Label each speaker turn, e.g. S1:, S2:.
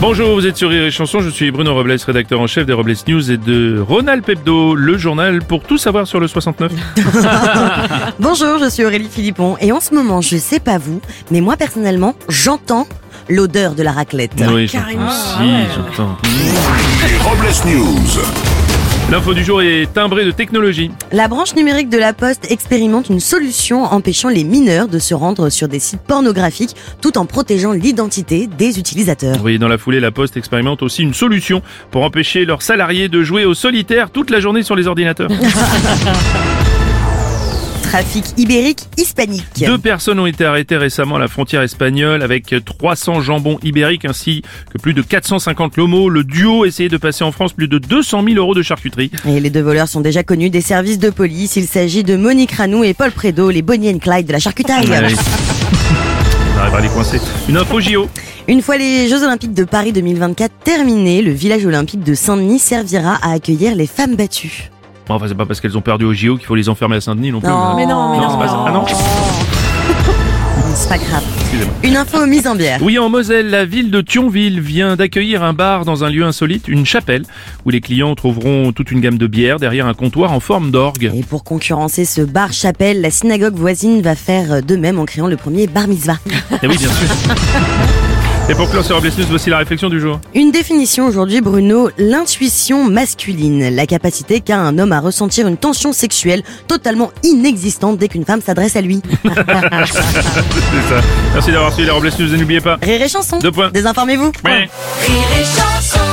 S1: Bonjour, vous êtes sur Rire et Chanson, je suis Bruno Robles, rédacteur en chef des Robles News et de Ronald Pepdo, le journal pour tout savoir sur le 69.
S2: Bonjour, je suis Aurélie Philippon et en ce moment, je sais pas vous, mais moi personnellement, j'entends l'odeur de la raclette.
S1: oui, j'entends aussi, j'entends.
S3: Les Robles News.
S1: L'info du jour est timbrée de technologie.
S2: La branche numérique de la Poste expérimente une solution empêchant les mineurs de se rendre sur des sites pornographiques tout en protégeant l'identité des utilisateurs.
S1: Oui, dans la foulée, la Poste expérimente aussi une solution pour empêcher leurs salariés de jouer au solitaire toute la journée sur les ordinateurs.
S2: Trafic ibérique hispanique.
S1: Deux personnes ont été arrêtées récemment à la frontière espagnole avec 300 jambons ibériques ainsi que plus de 450 lomos. Le duo essayait de passer en France plus de 200 000 euros de charcuterie.
S2: Et les deux voleurs sont déjà connus des services de police. Il s'agit de Monique Ranou et Paul Prédo, les Bonnie and Clyde de la charcutaille.
S1: Ouais. On arrivera à les coincer. Une info JO.
S2: Une fois les Jeux Olympiques de Paris 2024 terminés, le village olympique de Saint-Denis servira à accueillir les femmes battues.
S1: Bon, enfin, c'est pas parce qu'elles ont perdu au JO qu'il faut les enfermer à Saint-Denis non plus. hein.
S2: Non. Mais
S1: non, c'est pas ça. Ah non,
S2: C'est pas grave.
S1: excusez-moi.
S2: Une info mise en bière.
S1: Oui, en Moselle, la ville de Thionville vient d'accueillir un bar dans un lieu insolite, une chapelle, où les clients trouveront toute une gamme de bières derrière un comptoir en forme d'orgue.
S2: Et pour concurrencer ce bar chapelle, la synagogue voisine va faire de même en créant le premier bar mitzvah.
S1: Et Eh oui, bien sûr. Et pour clore sur Robles News, voici la réflexion du jour.
S2: Une définition aujourd'hui, Bruno, l'intuition masculine, la capacité qu'a un homme à ressentir une tension sexuelle totalement inexistante dès qu'une femme s'adresse à lui.
S1: C'est ça. Merci d'avoir suivi les Robles News et n'oubliez pas.
S2: Rire et chanson.
S1: Deux points.
S2: Désinformez-vous.
S1: Ouais.
S4: Rire et chanson